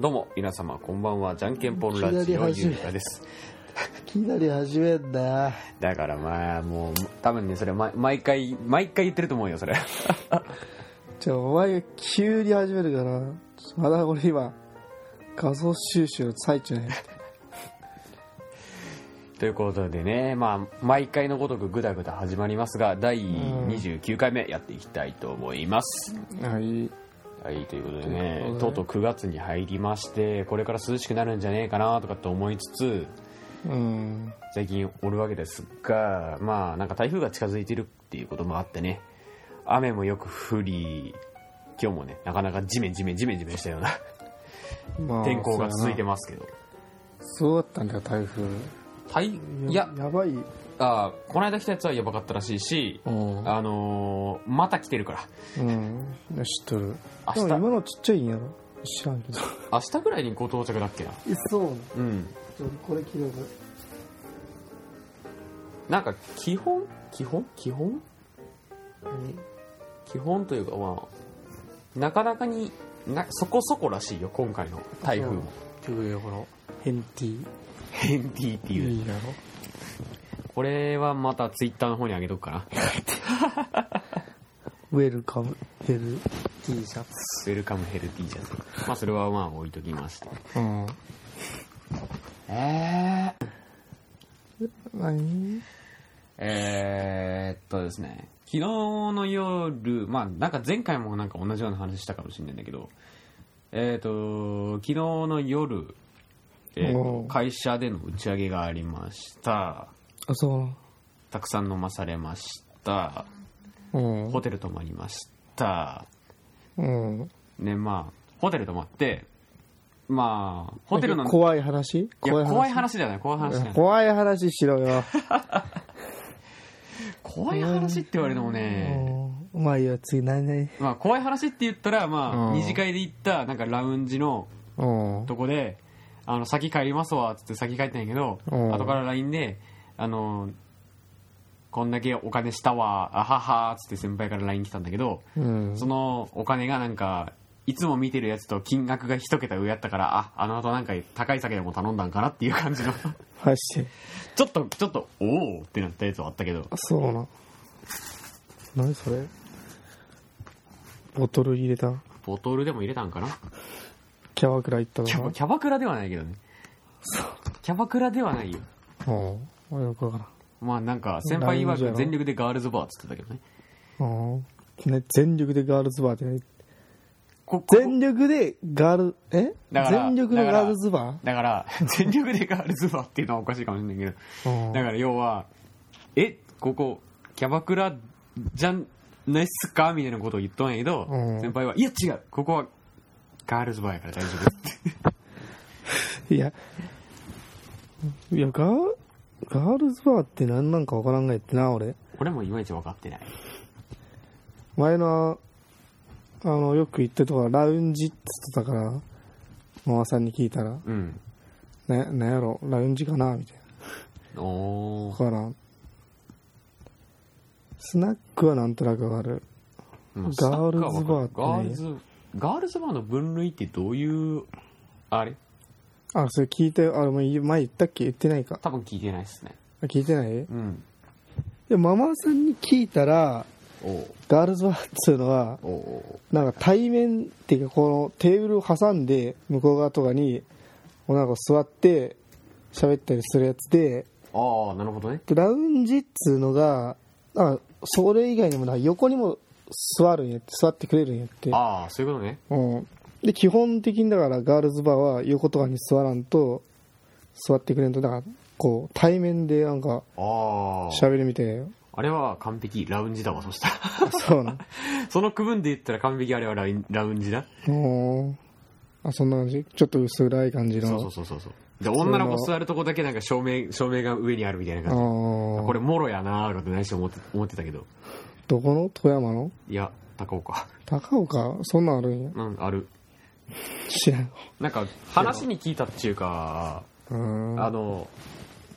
どうも、皆様、こんばんは。じゃんけんぽんラジオ、いきなゆり始めうたです。いきなり始めんな。だからまあ、もう、多分ね、それ、ま、毎回、 毎回言ってると思うよ、それ。 じゃあ、お前が急に始めるから、まだ俺今、画像収集の最中ね。ということでね、まあ、毎回のごとくぐだぐだ始まりますが、第29回目やっていきたいと思います。はい。はい、ということでということねで、ねとうとう9月に入りまして、これから涼しくなるんじゃねえかなとかと思いつつ、うん。最近おるわけですが、まあ、なんか台風が近づいてるっていうこともあってね、雨もよく降り、今日もね、なかなかジメジメジメジメしたようなまあ天候が続いてまますけど。す。そうだったんだよ、台風。はい、いや、やばい。あーこの間来たやつはやばかったらしいし、うん。あのーまた来てるから。うん。いや知っとる。明で日も今のちっちゃいんやろ。知らんけど。明日ぐらいにご到着だっけなえ、そう。うんこれ切れば。なんか基本基本基本基本というかまあなかなかになそこそこらしいよ今回の台風 もというこの、ヘンティ。ヘンティっていう、いいやろ。これはまたツイッターの方にあげとくかなウェルカム、ヘル、T シャツ。ウェルカムヘルティーじゃんまあそれはまあ置いときましてうん。えー、何えーっとですね昨日の夜まあなんか前回もなんか同じような話したかもしれないんだけどえーっと昨日の夜、えーっとおう会社での打ち上げがありましたあ、そたくさん飲まされましたう。うん。ホテル泊まりましたうん。ねまあホテル泊まってまあホテルの怖い話いや怖い話怖い話じゃない怖い話じゃない怖い話しろよ。怖い話って言われてもねうんうまいよ、次何々。まあ怖い話って言ったらまあうん二次会で行ったなんかラウンジのうん。とこで「あの先帰りますわ」っつって先帰ったんやけどうん後から LINE で「あのこんだけお金したわあはは」っつって先輩から LINE 来たんだけどうん。そのお金がなんかいつも見てるやつと金額が一桁上やったからああの後なんか高い酒でも頼んだんかなっていう感 じのちマジで。ょっとちょっとおおってなったやつはあったけどあそうな。何それボトル入れたボトルでも入れたんかなキャバクラ行ったキャバのキャバクラではないけどねキャバクラではないよかうん。よくわかまあなんか先輩曰く全力でガールズバーっつってたけどねらん。うん。ね、全力でガールズバーってね。ここ全力でガール、えだから全力でガールズバだから、 全力でガールズバーっていうのはおかしいかもしれないけーうど、んだから要は、え、ここ、キャバクラじゃないっすかみたいなことを言っとんやけど、うん先輩は、いや違う、ここはガールズバーやから大丈夫。いや、いや、ガー、ガールズバーって何なんかわからんがやってな、俺。俺もいまいち分かってない。前の、あの、よく行ってるとこはラウンジって言ってたから、ママさんに聞いたら、うん。ね、なんやろ、ラウンジかな、みたいな。おわー、からん。スナックはなんとなくわかる。まあガールズバーってねガールズ、ガールズバーの分類ってどういう、あれあ、それ聞いて、あれもう前言ったっけ言ってないか。多分聞いてないっすね。あ聞いてないいうん。や、ママさんに聞いたら、おーガールズバーっていうのは、おーおなんか対面っていうかこのテーブルを挟んで向こう側とかに女の子座って喋ったりするやつでーああ、なるほどね。でラウンジっつうのがなんかそれ以外にもなんか横にも座るんやって座ってくれるんやって、ああ、そういうことね。うん、で基本的にだからガールズバーは横とかに座らんと座ってくれんとだからこう対面でなんかああ。喋るみたいよあれは完璧、ラウンジだわ、そしたら。 そうなんその区分で言ったら完璧あれはラインラウンジだ。うんあそんな感じちょっと薄暗い感じのそうそうそうそうそう。で、女の子座るとこだけなんか照明、照明が上にあるみたいな感あじ。ーこれもろやなーとかって内緒思って思ってたけど。どこの富山のいや、高岡。高岡そんなんあるんや。うん、ある。知らん。なんか、話に聞いたっていうか、うーん。あの、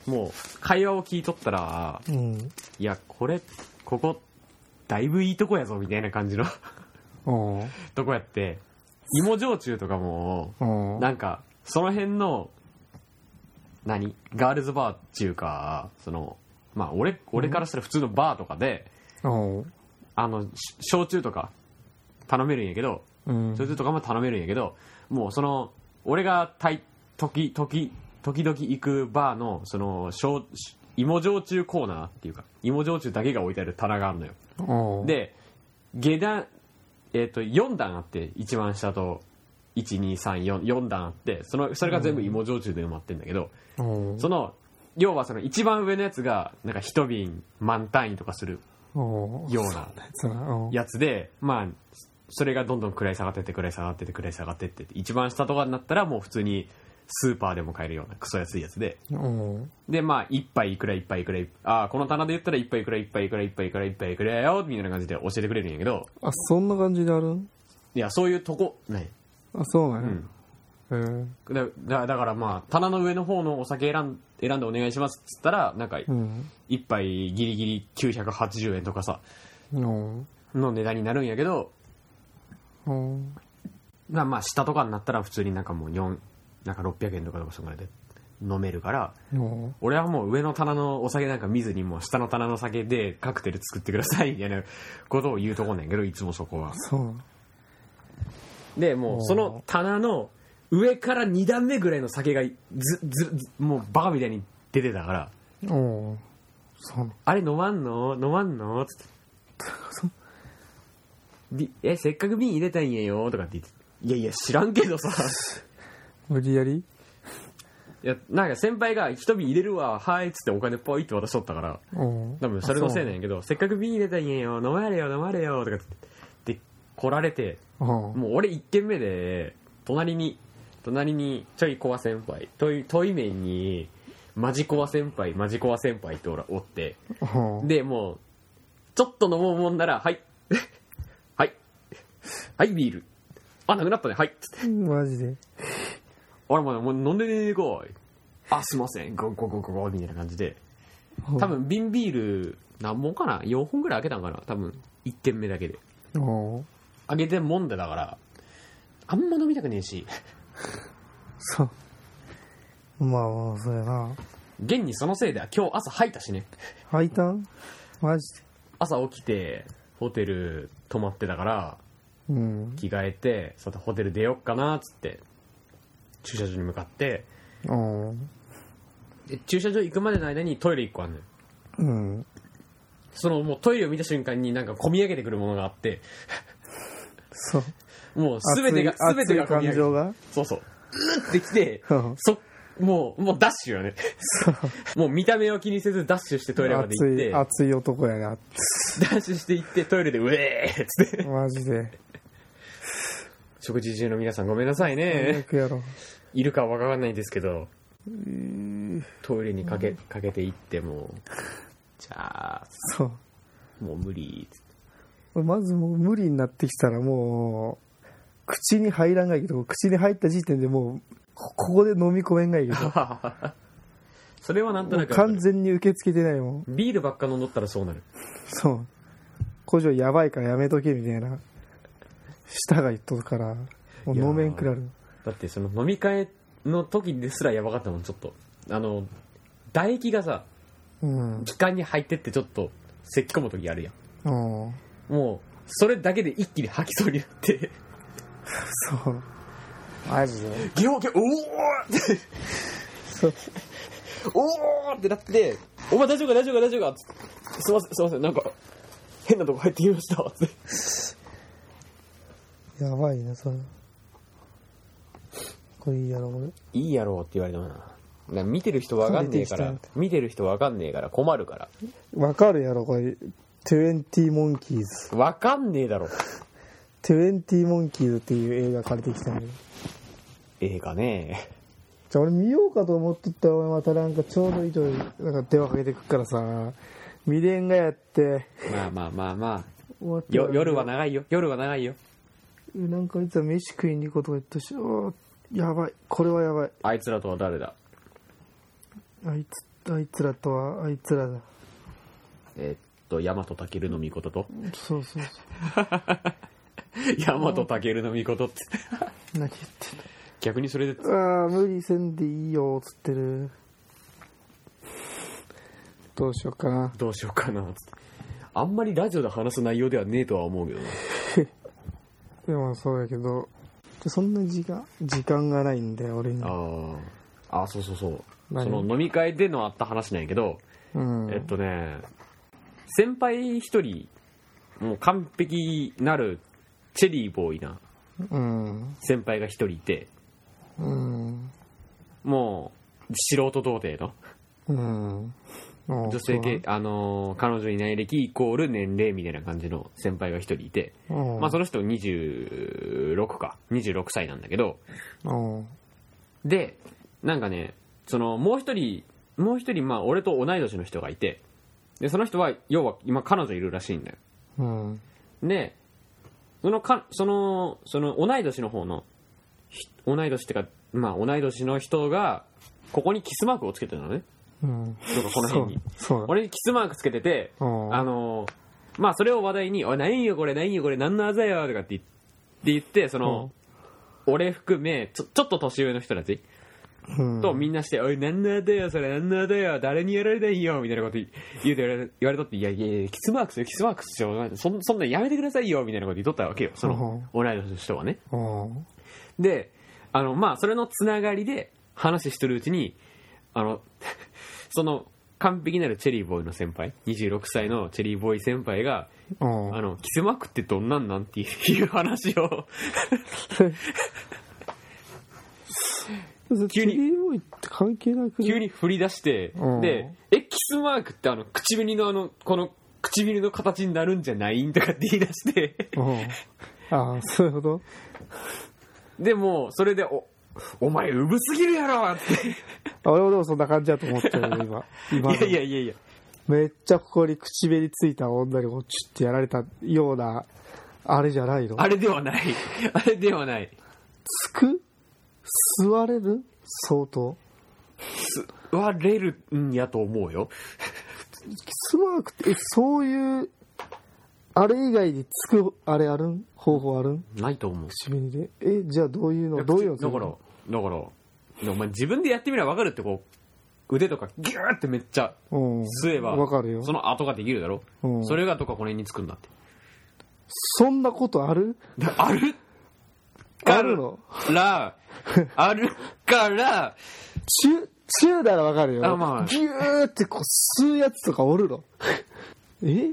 もう、会話を聞いとったら、うん。いや、これ、ここ、だいぶいいとこやぞ、みたいな感じのあとこやって、芋焼酎とかも、うんなんか、その辺の、何ガールズバーっていうか、その、まあ、俺、俺からしたら普通のバーとかで、うんあの、し焼酎とか頼めるんやけど、うん焼酎とかも頼めるんやけど、もうその、俺がたい、時、時、時々行くバーの、その、焼芋焼酎コーナーっていうか、芋焼酎だけが置いてある棚があるのよ。うんで下段、えっと4段あって一番下と12344段あってそのそれが全部芋焼酎で埋まってんだけど、うんその要はその一番上のやつがなんか一瓶満単位とかするうんようなそうだうんやつでまあそれがどんどん位下がってって位下がってって位下がってってって一番下とかになったらもう普通にスーパーでも買えるようなクソ安いやつでうんで、まあ、一杯いくら一杯いくらいああ、この棚で言ったら一杯いくら一杯いくら一杯いくら一杯いくらよ、みたいな感じで教えてくれるんやけど、あそんな感じであるんいや、そういうとこ、ね。あそうなんうやん。へーだだだからまあ、棚の上の方のお酒選ん選んでお願いしますっつったら、なんか、うん一杯ギリギリ980円とかさ、うんの値段になるんやけど、うんまあまあ、下とかになったら普通になんかもう4、なんか600円とかとかそんぐらいで飲めるから、うん俺はもう上の棚のお酒なんか見ずにもう下の棚の酒でカクテル作ってくださいみたいなことを言うとこなんやけどいつもそこはそうなんでもうその棚の上から2段目ぐらいの酒がずずずもうバカみたいに出てたからうんそうなんあれ飲まんの飲まんのつってびえせっかく瓶入れたんやよとかって言っていやいや知らんけどさ無理やりいやなんか先輩が一瓶入れるわはいっつってお金ポイって渡しとったからうん多分それのせいなんやけどせっかく瓶入れたんやよ飲まれよ飲まれよとかって来られてうんもう俺1軒目で隣に隣にちょいコア先輩トイトイメンにマジコア先輩マジコア先輩っておらおってうんでもうちょっと飲もうもんなら「はい はいはいビールあなくなったねはい」つってマジで「俺もう飲んでねえこい」「あすいませんゴゴゴゴゴ」みたいな感じで多分瓶ビール何本かな4本ぐらい開けたんかな多分1軒目だけでうん開けてもんでだからあんま飲みたくねえしそうまあまあそうやな現にそのせいで今日朝吐いたしね吐いたんマジで朝起きてホテル泊まってたからうん着替えてさてホテル出よっかなっつって駐車場に向かってうんで駐車場行くまでの間にトイレ1個あんのようんそのもうトイレを見た瞬間になんか込み上げてくるものがあってそうもう全てが熱い全てが込み上熱い感げて情がそうそううーってきてうんそもうもうダッシュよね そうもう見た目を気にせずダッシュしてトイレまで熱行ってい熱い男やなダッシュして行ってトイレでウェーっつってマジで食事中の皆さんごめんなさいねよくやろいるかわからないんですけどトイレにかけかけて行ってもう じゃあそうもう無理っつってまずもう無理になってきたらもう口に入らんがいいけど口に入った時点でもうこここで飲み込めんがいいけど それはなんとなくわか完る全に受け付けてないもんビールばっか飲んどったらそうなるそう工場やばいからやめとけみたいな舌が言っとるからもう飲めんくなるだってその飲み会の時ですらやばかったもんちょっとあの唾液がさうん気管に入ってってちょっと咳き込む時あるやうんんもうそれだけで一気に吐きそうになってそうマジでゲホゲホおおーってそうおおってなってお前大丈夫か大丈夫か大丈夫かつってすいませんすいませんなんか変なとこ入ってきましたつってやばいなそれこれいいやろこれいいやろうって言われてもなだから見てる人わかんねえから出てき見てる人わかんねえから困るからわかるやろこれ20モンキーズわかんねえだろトゥエンティモンキーズっていう映画借りてきたんだけど。映画ねじゃあ俺見ようかと思っとったら、お前またなんかちょうどいいとこになんか電話かけてくっからさ、未練がやって、まあまあまあまあ終わってよ夜は長いよ夜は長いよなんかあいつは飯食いに行こうとか言ったし、おーやばい、これはやばい。あいつらとは誰だあいつ、あいつらとは、あいつらだ。えーっと大和健の御事とそうそうそう。大和健の御事って。何言ってんだ逆にそれで、ああ無理せんでいいよつってるどうしようかなどうしようかな、つって。あんまりラジオで話す内容ではねえとは思うけどね。でもそうやけどそんな時間時間がないんで俺にああ、あ、そうそうそう。何その飲み会でのあった話なんやけど、うんえっとね、先輩一人、もう完璧なるチェリーボーイなうん先輩が一人いて、うんもう素人童貞のうん女女性系、あのー彼女いない歴イコール年齢みたいな感じの先輩が一人いて、ままあその人26か、26歳なんだけど、うんで、なんかね、その、もう一人、もう一人、まあ、俺と同い年の人がいて、で、その人は、要は、今、彼女いるらしいんだよ。うんで、そのか、その、その、同い年の方の、ひ同い年ってか、まあ、同い年の人が、ここにキスマークをつけてたのね。うんなんかこの辺に。そうそう俺にキスマークつけてて、うんあのーまあ、それを話題に、おい、何よこれ、何よこれ、何のあざやとかって言って言って、その、俺含めちょ、ちょっと年上の人たち。うんとみんなして「おい何なんだよそれ何なんだよ誰にやられないよ」みたいなこと言言うて言われ言われとって「いやいやいやキスマークっすよキスマークっすよそんそんなんやめてくださいよ」みたいなこと言っとったわけよその同い年の人はねうんであのまあそれのつながりで話してるうちにあの その完璧なるチェリーボーイの先輩26歳のチェリーボーイ先輩がうんあのキスマークってどんなんなんっていう話を急に。チェリーボーイって関係なくね急に振り出して、うんで、え、キスマークってあの、唇のあの、この、唇の形になるんじゃないんとかって言い出して、うん。ああ、そういうことでも、それで、お、お前、うぶすぎるやろって。あ俺もでもそんな感じだと思ったよ、今。今のいやいやいやいや。めっちゃここに唇ついた女にこうチュッてやられたような、あれじゃないのあれではない。あれではない。つく座れる相当。割れるんやと思うよ。キスマークって、えそういう、あれ以外につく、あれあるん方法あるんないと思う。唇で。え、じゃあどういうのどういうのだから、だから、お前自分でやってみればわかるってこう、腕とかギューってめっちゃうん。吸えば、わかるよそ。の跡ができるだろ。うんそれがどっかこの辺につくんだって。そんなことあるだあるあるのら、あるから、チュ、チューならわかるよ。あまあギューってこう吸うやつとかおるの。 え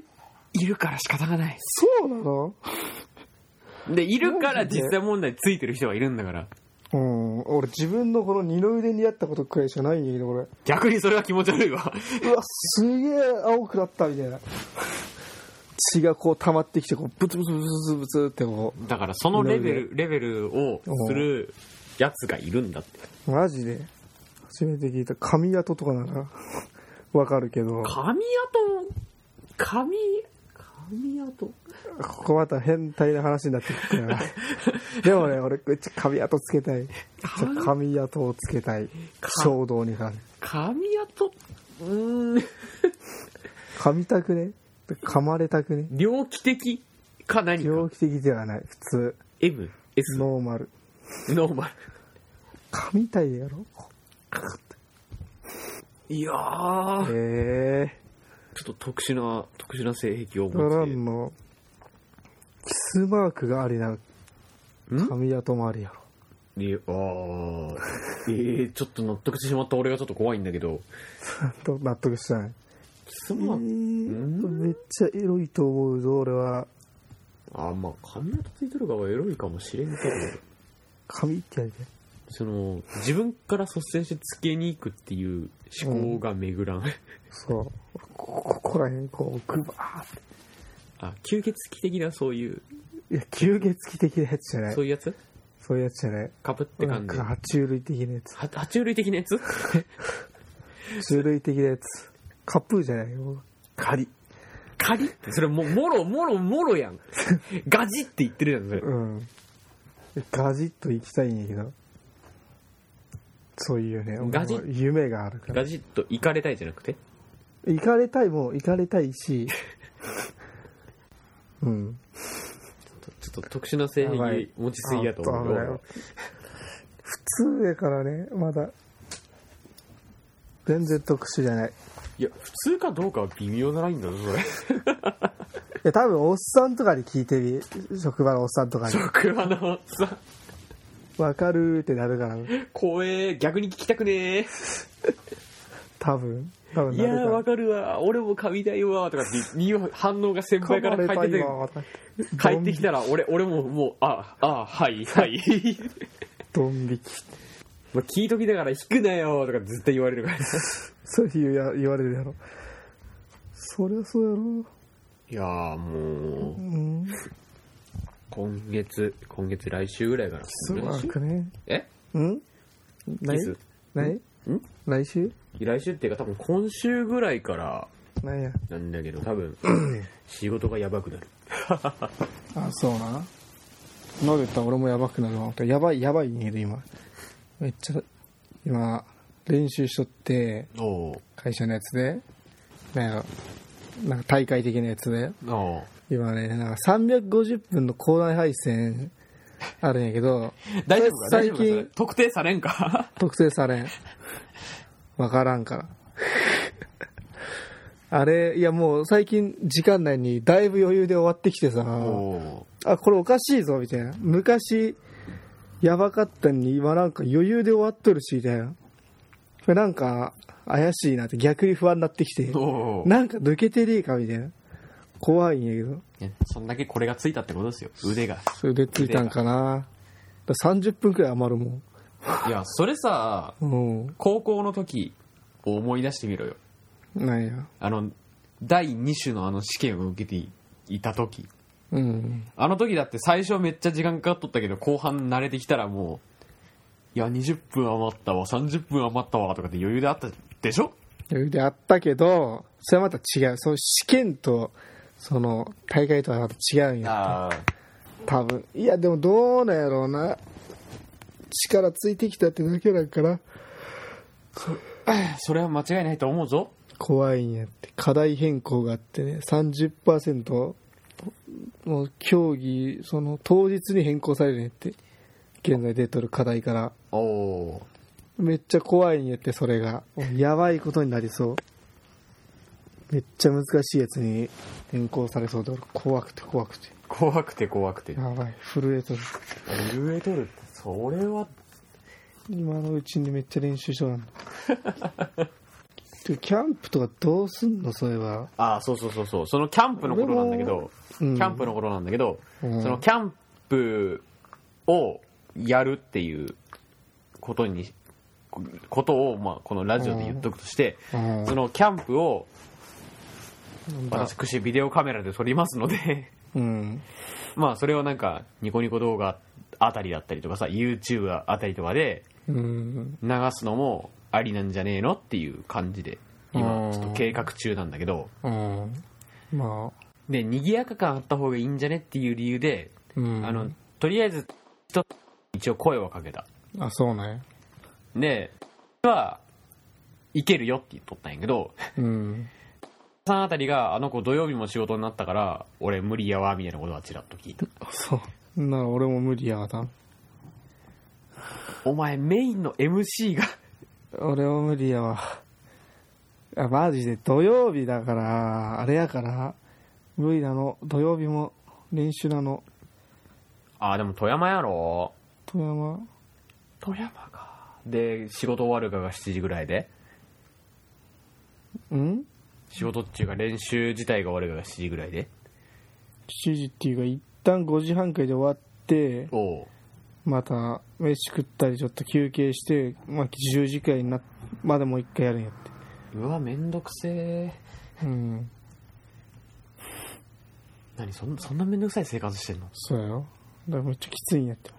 いるから仕方がない。そうなので、いるから実際問題ついてる人がいるんだから。うん。俺自分のこの二の腕にやったことくらいしかないんやけど、俺。逆にそれは気持ち悪いわ。うわ、すげえ青くなったみたいな。血がこう溜まってきて、こう、ブツブツブツブツブツってこだからそのレベル、レベルをするやつがいるんだって。う。マジで。初めて聞いた。髪跡とかなら、わかるけど。髪跡、髪、髪跡。ここまた変態な話になってくるから。でもね、俺、めっちゃ髪跡つけたい。ちょ髪跡をつけたい。衝動にから髪跡、うーん、噛みたくね噛まれたくね猟奇的か何か。猟奇的ではない。普通。 M、S、ノノーマル。ーマル。噛みたいやろいやー、ちょえっと特殊な、特殊な性癖をえー。な持ってんの、キスマークがありな、ん髪跡もありやろ。いやあーえー、ちょっと納得してしまった俺がちょっと怖いんだけど と納得してない。そえのーめっちゃエロいと思うぞ、俺は。あーまあ髪型ついてる側はエロいかもしれんけど髪ってやりたい。その自分から率先してつけに行くっていう思考が巡らん、そう。こここら辺、こう、グバーって。 あ吸血鬼的なそういういや、吸血鬼的なやつじゃないそ。ういうやつそういうやつじゃない。かぶってなん感じか、は爬虫類的なやつ。爬虫類的なやつ爬虫類的なやつ。カップーじゃないよ。カリカリってそれもうもろもろもろ やんガジって言ってるじゃんそれうん。ガジッと行きたいんやけど。そういうね、ガジッ俺は夢があるからガ。ジッと行かれたいじゃなくて行かれ たいもん、行かれたいし。うん。ちょっと特殊な性癖やばい持ちすぎやと思あう危ないよ。普通やからねまだ全然特殊じゃないいや、普通かどうかは微妙なラインだぞ、そ れ。いや多分おっさんとかに聞いてみ職場のおっさんとかに職場のさ、わかるってなるから怖え、逆に聞きたくね多分多分え。いなやー、わるかるわ、俺も髪たいわ、とかって言う反応が先から輩から噛ま返ってれてたい、わ帰ってきたら俺、俺ももう、あ、あ、はい、 はい。ドン引きまあ、聞いときだから引くなよ、とか絶対言われるから。いそういうや言われるやろそりゃそうやろやー、もうう。ん今月、今月来週ぐらいから。すごくねえうんないいつないん来週来週っていうか多分今週ぐらいからなんやなんだけど多分仕事がやばくなる。あそうな飲んでったら俺もやばくなるわやばいやばいにいる今めっちゃ今練習しとっておう会社のやつでなんやろなんか大会的なやつでお今ねなんか350分の校内配線あるんやけ ど大丈夫か大最丈夫かそれ近特定されんか特定されんわからんから あれいやもう最近時間内にだいぶ余裕で終わってきてさ おあこれおかしいぞみたいな昔やばかったのに今なんか余裕で終わっとるしみたいなこれなんか怪しいなって逆に不安になってきてうおうなんか抜けてねえかみたいな怖いんやけどいやそんだけこれがついたってことですよ。腕が。それでついたんかなだから30分くらい余るもいや、それさ、んうん高校の時を思い出してみろよ。なんやあの、第2種のあの試験を受けていた時。うんあの時だって最初めっちゃ時間かかっとったけど、後半慣れてきたらもう、いや、20分余ったわ、30分余ったわ、とかって余裕であったでしょ余裕であったけどそれはまた違うその試験とその大会とはまた違うんやあ多分いやでもどうなんやろうな力ついてきたってだけだからあ。それは間違いないと思うぞ。怖いんやって課題変更があってね30%もう競技その当日に変更されるんやって現在出とる課題からおお。めっちゃ怖いんやってそれがやばいことになりそうめっちゃ難しいやつに変更されそうで俺怖くて怖くて怖くて怖くて。やばい震えとる震えとるって、それは、今のうちにめっちゃ練習しとらんの てかキャンプとかどうすんのそういえばああ、そうそうそうそう。そのキャンプのことなんだけど、キうんャンプのことなんだけど、うんそのキャンプをやるっていうことに、ことを、まあ、このラジオで言っとくとして、うんそのキャンプをなんだ私ビデオカメラで撮りますの でうんまあそれをなんかニコニコ動画あたりだったりとかさ YouTube あたりとかでうん流すのもありなんじゃねえのっていう感じでう今んちょっと計画中なんだけどうんまあで賑やか感あった方がいいんじゃねっていう理由で、うんあのとりあえず人一応声をかけたあそうねではいけるよって言っとったんやけど うんさんあたりがあの子土曜日も仕事になったから俺無理やわみたいなことはちらっと聞いたそうなら俺も無理やわ多分 お前メインの MC が俺も無理やわあマジで土曜日だからあれやから無理なの土曜日も練習なのああでも富山やろ富山富山かで仕事終わるかが7時ぐらいでうん仕事っていうか練習自体が終わるかが7時ぐらいで7時っていうか一旦5時半くらいで終わっておおまた飯食ったりちょっと休憩して、まあ、10時くらいになまでもう一回やるんやってうわめんどくせえうん何そんそんなめんどくさい生活してんのそうやよだからめっちゃきついんやって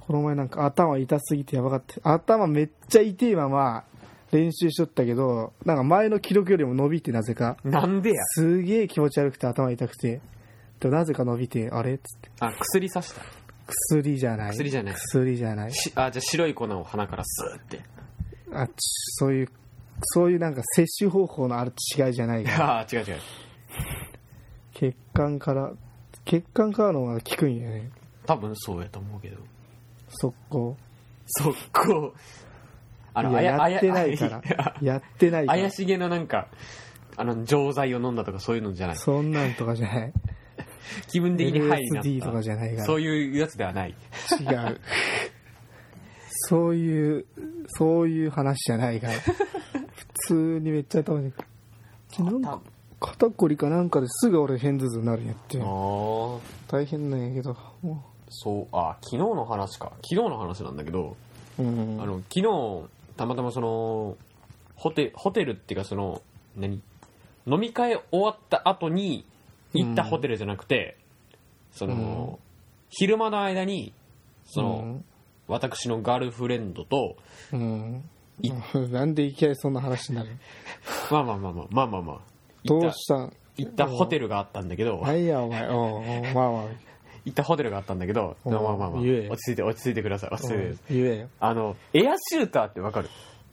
この前なんか頭痛すぎてやばかった頭めっちゃ痛いまま練習しとったけどなんか前の記録よりも伸びてなぜかなんでやすげえ気持ち悪くて頭痛くてでもなぜか伸びてあれっつってあ薬さした薬じゃない薬じゃない薬じゃないしあじゃあ白い粉を鼻からスーってあちそういうそういうなんか摂取方法のある違いじゃないからああ違う違う血管から血管カーの方が効くんやね多分そうやと思うけど速攻速攻あいやあやってないからあやってないやから怪しげななんかあの錠剤を飲んだとかそういうのじゃないそんなんとかじゃない気分的にハイになった LSD とかじゃないからそういうやつではない違う そういうそういう話じゃないから普通にめっちゃ頭になんか肩こりかなんかですぐ俺片頭痛になるんやってああ大変なんやけどもそうあ昨日の話か昨日の話なんだけど、ううんあの昨日たまたまそのホテホテルっていうかその何飲み会終わった後に行ったホテルじゃなくて、その、昼間の間にその、私のガールフレンドとうん、うん、なんでいきなりそんな話になるのまあまあまあまあまあまあまあ行どったうした行ったホテルがあったんだけど、なんやお前おうおうまあ まあ行ったホテルがあったんだけど、うんまあまあまあまあ、言えよ落ち着いて落ち着いてください落ち着いてください、言えよあのエアシューターってわかる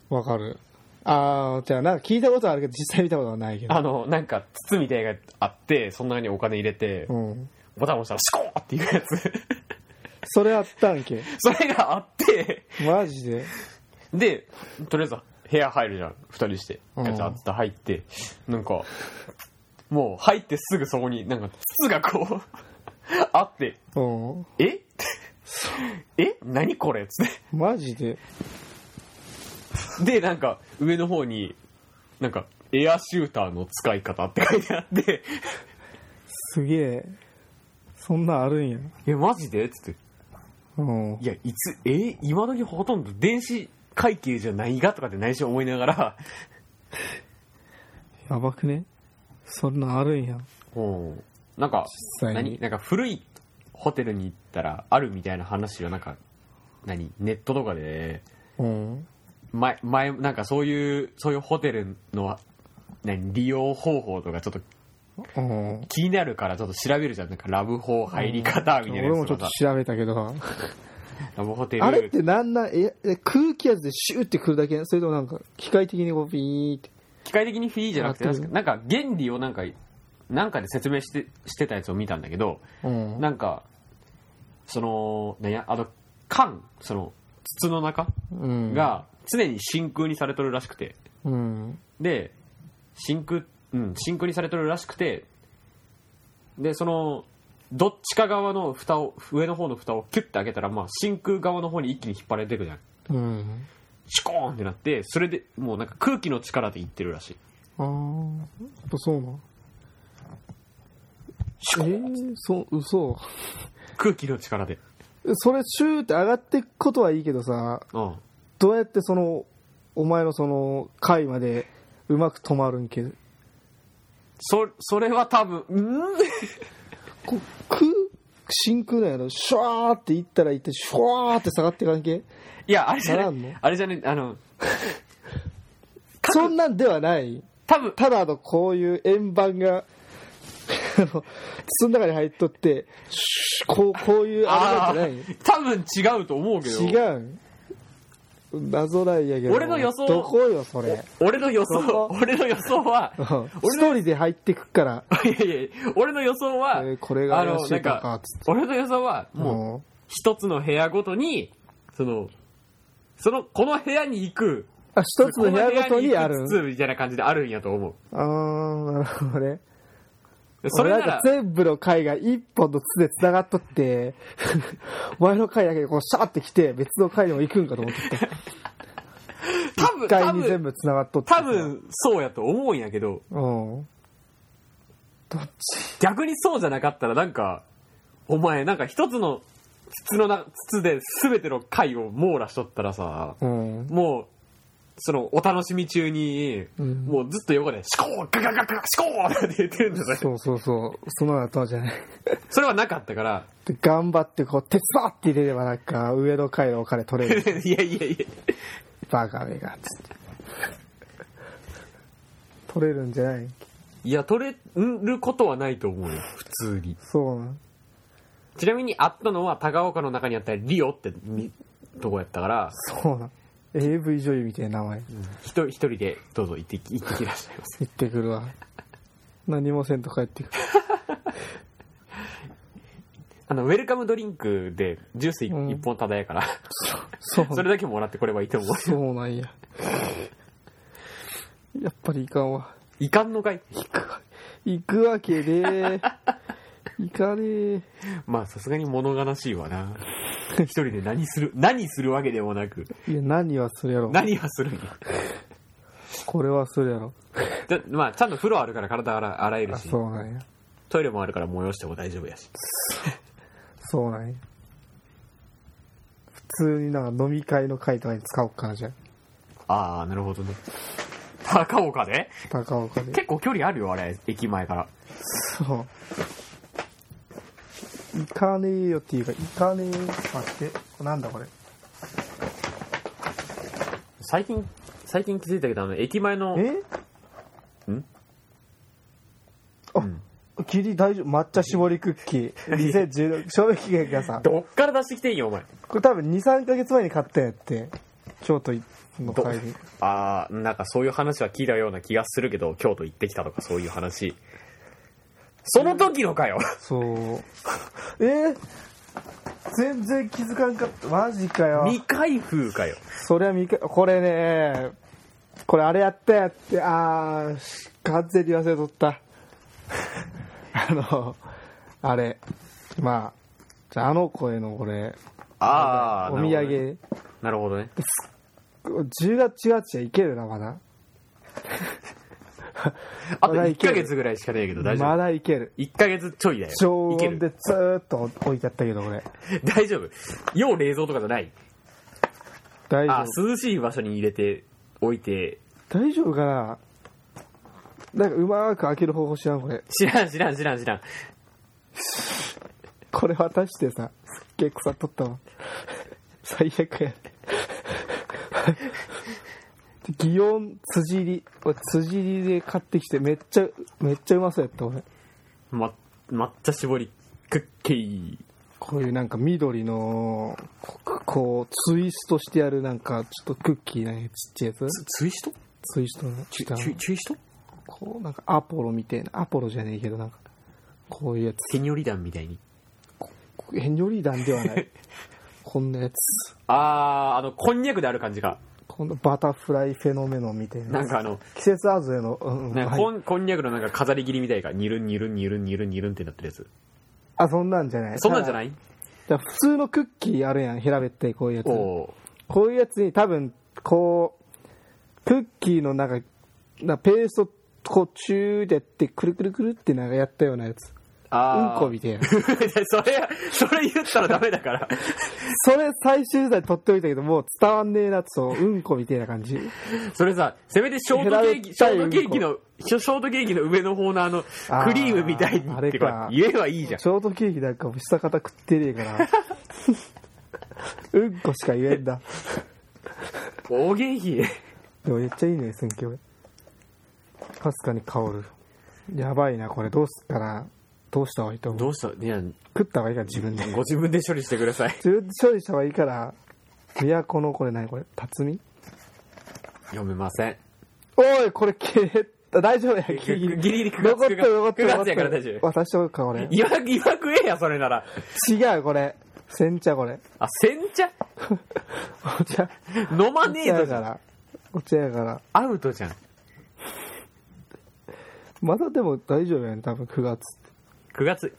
わかるああじゃあなんか聞いたことはあるけど実際見たことはないけどあの、なんか、筒みたいなのがあって、その中にお金入れて、うんボタン押したら、シコーっていうやつ。それあったんけそれがあって、マジでで、とりあえず、部屋入るじゃん、二人して。うんガチャッと入って、なんか、もう入ってすぐそこに、なんか、筒がこう、あって、うんえってえ何これつっマジでて。で、なんか、上の方に、なんか、エアシューターの使い方って書いてあって、すげえそんなんあるんやえ、マジでつって。うんいや、いつ、えー今時ほとんど電子会計じゃないがとかって内緒思いながら、やばくねそんなんあるんやなんか、実際何になんか古いホテルに行ったらあるみたいな話がなんか、何ネットとかで、うん前、前、なんかそういう、そういうホテルの、何利用方法とかちょっとうん気になるからちょっと調べるじゃん。なんかラブホ入り方みたいな俺やもつちとょっとかさ調べたけどラブホテル。あれってなんなんええ空気圧でシューってくるだけそれともなんか機械的にこうビーって機械的にフィーじゃなくて、あ確かなんか原理をなんか、なんかで説明して、してたやつを見たんだけど、うんなんか、その、何や、あの、缶、その、筒の中うんが常に真空にされとるらしくて、うんで、真空、うん、真空にされとるらしくて、で、その、どっちか側の蓋を、上の方の蓋をキュッて開けたら、まあ、真空側の方に一気に引っ張られていくじゃん。うんシュコーンってなって、それで、もうなんか空気の力でいってるらしい。ああやっぱそうなんシえュコーンー、そう嘘空気の力で。それシューって上がってくことはいいけどさうん。どうやってそのお前のその回までうまく止まるんけそ、それは多分、うん こう空真空なんやろシュワーっていったらいってシュワーって下がっていかんけいや、あれじゃならんねの、あれじゃね、あの、そんなんではない多分、ただのこういう円盤が あの筒の中に入っとってシュこうこういうああれなんじー 多分違うと思うけどゃない違うん謎なんやけど俺の予想どこよそれ俺の予そ想こ 俺の予想はうん一人で入ってくから いやいや俺の予想は、えーこれがあの怪しいのなんかつって俺の予想はもうも一つの部屋ごとにそのそのこの部屋に行くうあ一つの部屋ごとにあこの部屋にる行く筒みたいな感じであるんやと思うあーなるほどねそれな俺なんらか全部の回が一本の筒で繋がっとって お前の回だけこうシャーって来て別の回にも行くんかと思ってた多分一多回に全分部繋がっとって多分そうやと思うんやけどうんどっち逆にそうじゃなかったらなんかお前なんか一つの筒のな筒で全ての回を網羅しとったらさうんもう、その、お楽しみ中に、うんもうずっと横で、シコーガガガガガシコーって言ってるんじゃないそうそうそうその後じゃないそれはなかったから、 で頑張ってこう鉄バーって入れればなんか上の回のお金取れるいやいやいや、バカめがつって取れるんじゃないいや、取れることはないと思うよ、普通に。そうなんちなみにあったのは、高岡の中にあったリオってみとこやったから、そうなん。AV 女優みたいな名前。一人一人でどうぞ行ってき、行ってきらっしゃいます。行ってくるわ。何もせんと帰ってくる。あの、ウェルカムドリンクでジュースうん1本ただやから、そうそれだけもらってこればいいと思う。そうなんややっぱりいかんわいかんのかい行くわ けで行かねえまあ、さすがに物悲しいわな。一人で何する、何するわけでもなく、いや何はするやろ何はするんや。これはするやろだまあ、ちゃんと風呂あるから体洗洗えるあし、そうなんやトイレもあるから催しても大丈夫やし。そうなんや普通になんか飲み会の会とかに使おうかなじゃあああ、なるほどね。高岡で高岡で結構距離あるよ、あれ、駅前から。そう行かねえよっていうか行かねえよ待ってこれなんだこれ最近、最近気づいたけど、あの、駅前の、えんあ、うん霧大丈夫抹茶絞りクッキー2016賞味期限がさどっから出してきてんよ、お前。これ多分23か月前に買ったやって京都のど会にああ、なんかそういう話は聞いたような気がするけど、京都行ってきたとかそういう話。その時のかよそうえー全然気づかんかったマジかよ未開封かよ。そりゃ見かこれねこれあれやったやってあーし完全に忘れとった あのあれまあじゃああの声のこれああ、お土なるほどね。産なるほどね。 10月18日はいけるなまだあとまだ1いけヶる月ぐらいしかないけど大丈ま夫。だいける1ヶ月ちょいだよ。常いけ温る。でずーっと置いてあったけどこれ大丈夫。要冷蔵とかじゃない。大丈あ夫涼しい場所に入れておいて、大丈夫かななんかうまーく開ける方法知らんこれ知らん知らん知らん知らん。これ渡してさすっげえ腐っとったわ最悪やで祇園辻り俺辻りで買ってきてめっちゃめっちゃうまそうやった俺ま、抹茶絞りクッキー。こういうなんか緑のここうツイストしてやるなんかちょっとクッキーなんやちっちゃいやつツイストツイストのちゅ違ちゅうツイストこうなんかアポロみたいなアポロじゃねえけどなんかこういうやつケニョリ団みたいに。ヘンリョリ弾ではない こんなやつあー、あの、こんにゃくである感じか。こんなバタフライフェノメノンみたいなやなんつかあの、季節外れの、うんうんなんかはいこんこんにゃくのなんか飾り切りみたいか、にるんにるんにるんにるんにるんってなってるやつ。あそんなんじゃないそんなんじゃないい普通のクッキーあるやん平べったいこういうやつおこおういうやつに多分こうクッキーの中なペーストこうチューでやってくるくるくるってなんかやったようなやつー。あうーんこみたい なそれ、それ言ったらダメだから。それ最終代取っておいたけどもう伝わんねえなそううんこみたいな感じそれさ、せめてショートケーキ、シ平ョべーっトたいケーキの、ショショートケーキの上の方のあの、あークリームみたいにあれってかか、言えばいいじゃん。ショートケーキなんかもう下方食ってねえから うんこしか言えんだお元気。でもめっちゃいいね選挙俺かすかに香るやばいなこれどうすっかなどうした方がいいと思うどうしたいや、食った方がいいから自分でご自分で処理してください。自分で処理した方がいいから都のこれ何これ辰巳読めません。おいこれ消えた大丈夫やギリギリ9月残ってる残ってる9月やから大丈夫渡しとくかこれ今、今食えや、それなら。違うこれ煎茶これあ、煎茶お茶飲まお茶ねえやとじゃかん。らお茶やからアウトじゃん。まだでも大丈夫やん多分9月9月、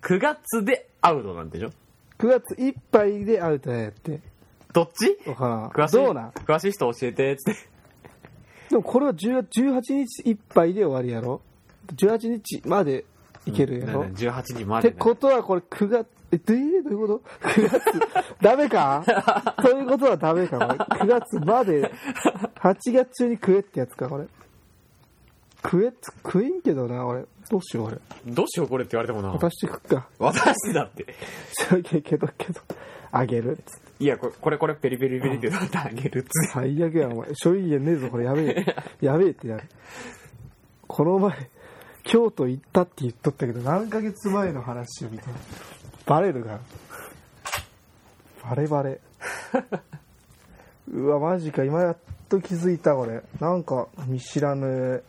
9月でアウトなんでしょ9月いっぱいでアウトやってどっちわから詳んしいどうなん詳しい人教えて、つって。でもこれは10月18日いっぱいで終わりやろ18日までいけるやろ、なっんだ18時までてね。ことはこれ9月えどういうどういうこと ?9 月ダ メかということはダメかこれ9月まで8月中に食えってやつかこれ食え食えんけどな俺どうしよう俺どうしようこれって言われてもな。私食っか私だって。それけけどけどあげるいや、これ、これ、これペリペリペリって言われてあげるっつって。最悪やお前所有権ねえぞこれやべえやべえってなるこの前京都行ったって言っとったけど何ヶ月前の話よみたいなバレるからバレバレうわマジか今やっと気づいたこれなんか見知らぬ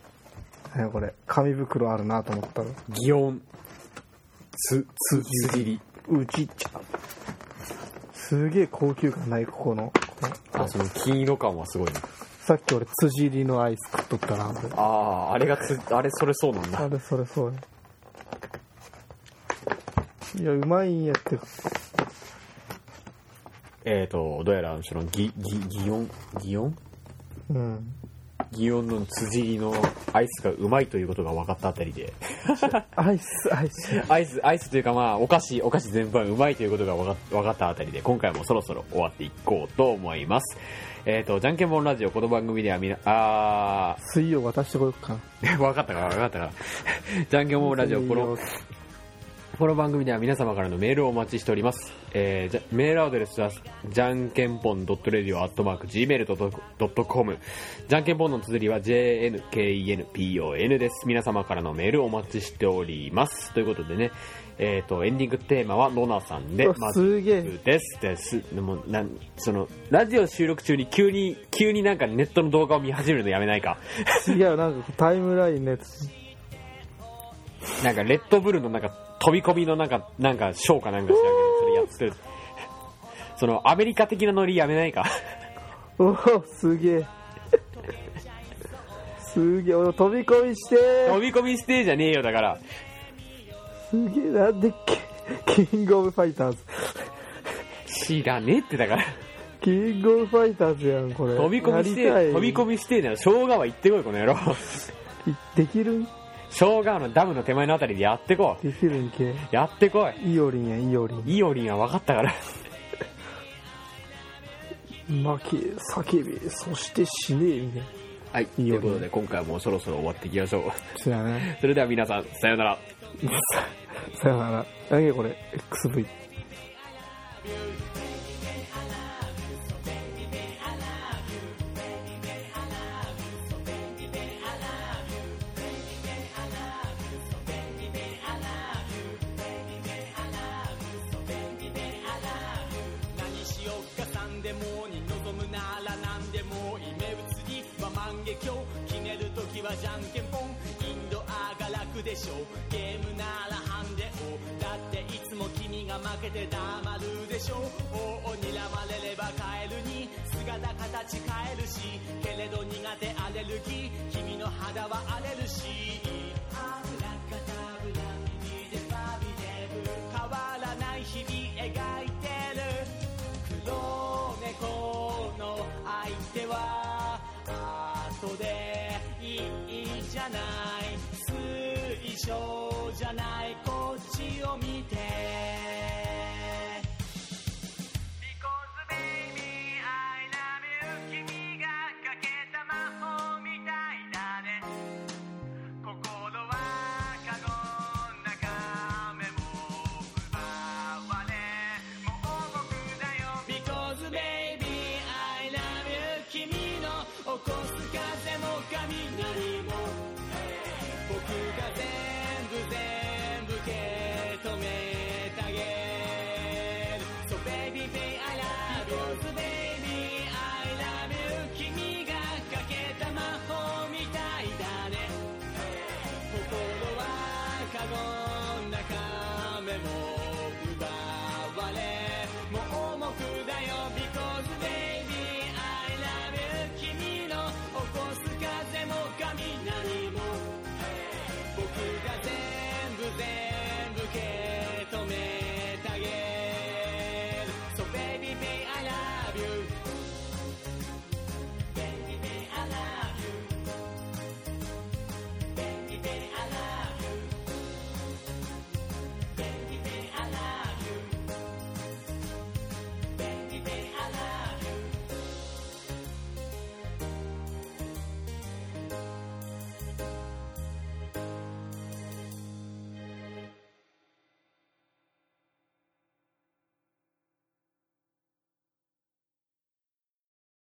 何やこれ紙袋あるなと思ったの擬音。つ、つ、つじり。うち茶すげえ高級感ないここのこのあその金色感はすごいねさっき俺辻入りのアイス食っとったなこれあああれがつあれそれそうなんだあれそれそうやいやうまいんやってえっ、ー、とどうやらそのぎぎ擬音擬音うん擬音の辻入りのアイスがうまいということが分かったあたりで アイスアイスアイスアイスというかまあお菓子お菓子全般うまいということが分か分かったあたりで今回もそろそろ終わっていこうと思いますえっ、とじゃんけんぽんラジオこの番組ではみなあ水曜渡してこようかなー 分かったか分かったかじゃんけんぽんラジオこのこの番組では皆様からのメールをお待ちしております、えーじゃメールアドレスはじゃんけんぽん .radio.gmail.com じゃんけんぽんの綴りは jnkenpon です皆様からのメールをお待ちしておりますということでねえっ、とエンディングテーマはノナさんでうわすげえマジックですですでもなんそのラジオ収録中に急に急になんかネットの動画を見始めるのやめないか違うなんかタイムラインのやつなんかレッドブルのなんか飛び込みのなんかなんかショーかなんか知らんけどそれやってるそのアメリカ的なノリやめない かおおすげえすげえ俺飛び込みして飛び込みステーじゃねえよだ からすげえなんでキキングオブファイターズ知らねえってだからキングオブファイターズやんこれ飛び込みステやりたーい飛び込みステーなら生姜は行ってこいこの野郎できるん生姜のダムの手前のあたりでやってこできるんけうやってこイオリンやイオリンいイオリンは分かったから巻き叫びそして死ねえみたいなはいとイいオリンうことで今回はもうそろそろ終わっていきましょう知らないそれでは皆さんさようなら さよなら何やこれ XV 「あぶらかたぶら」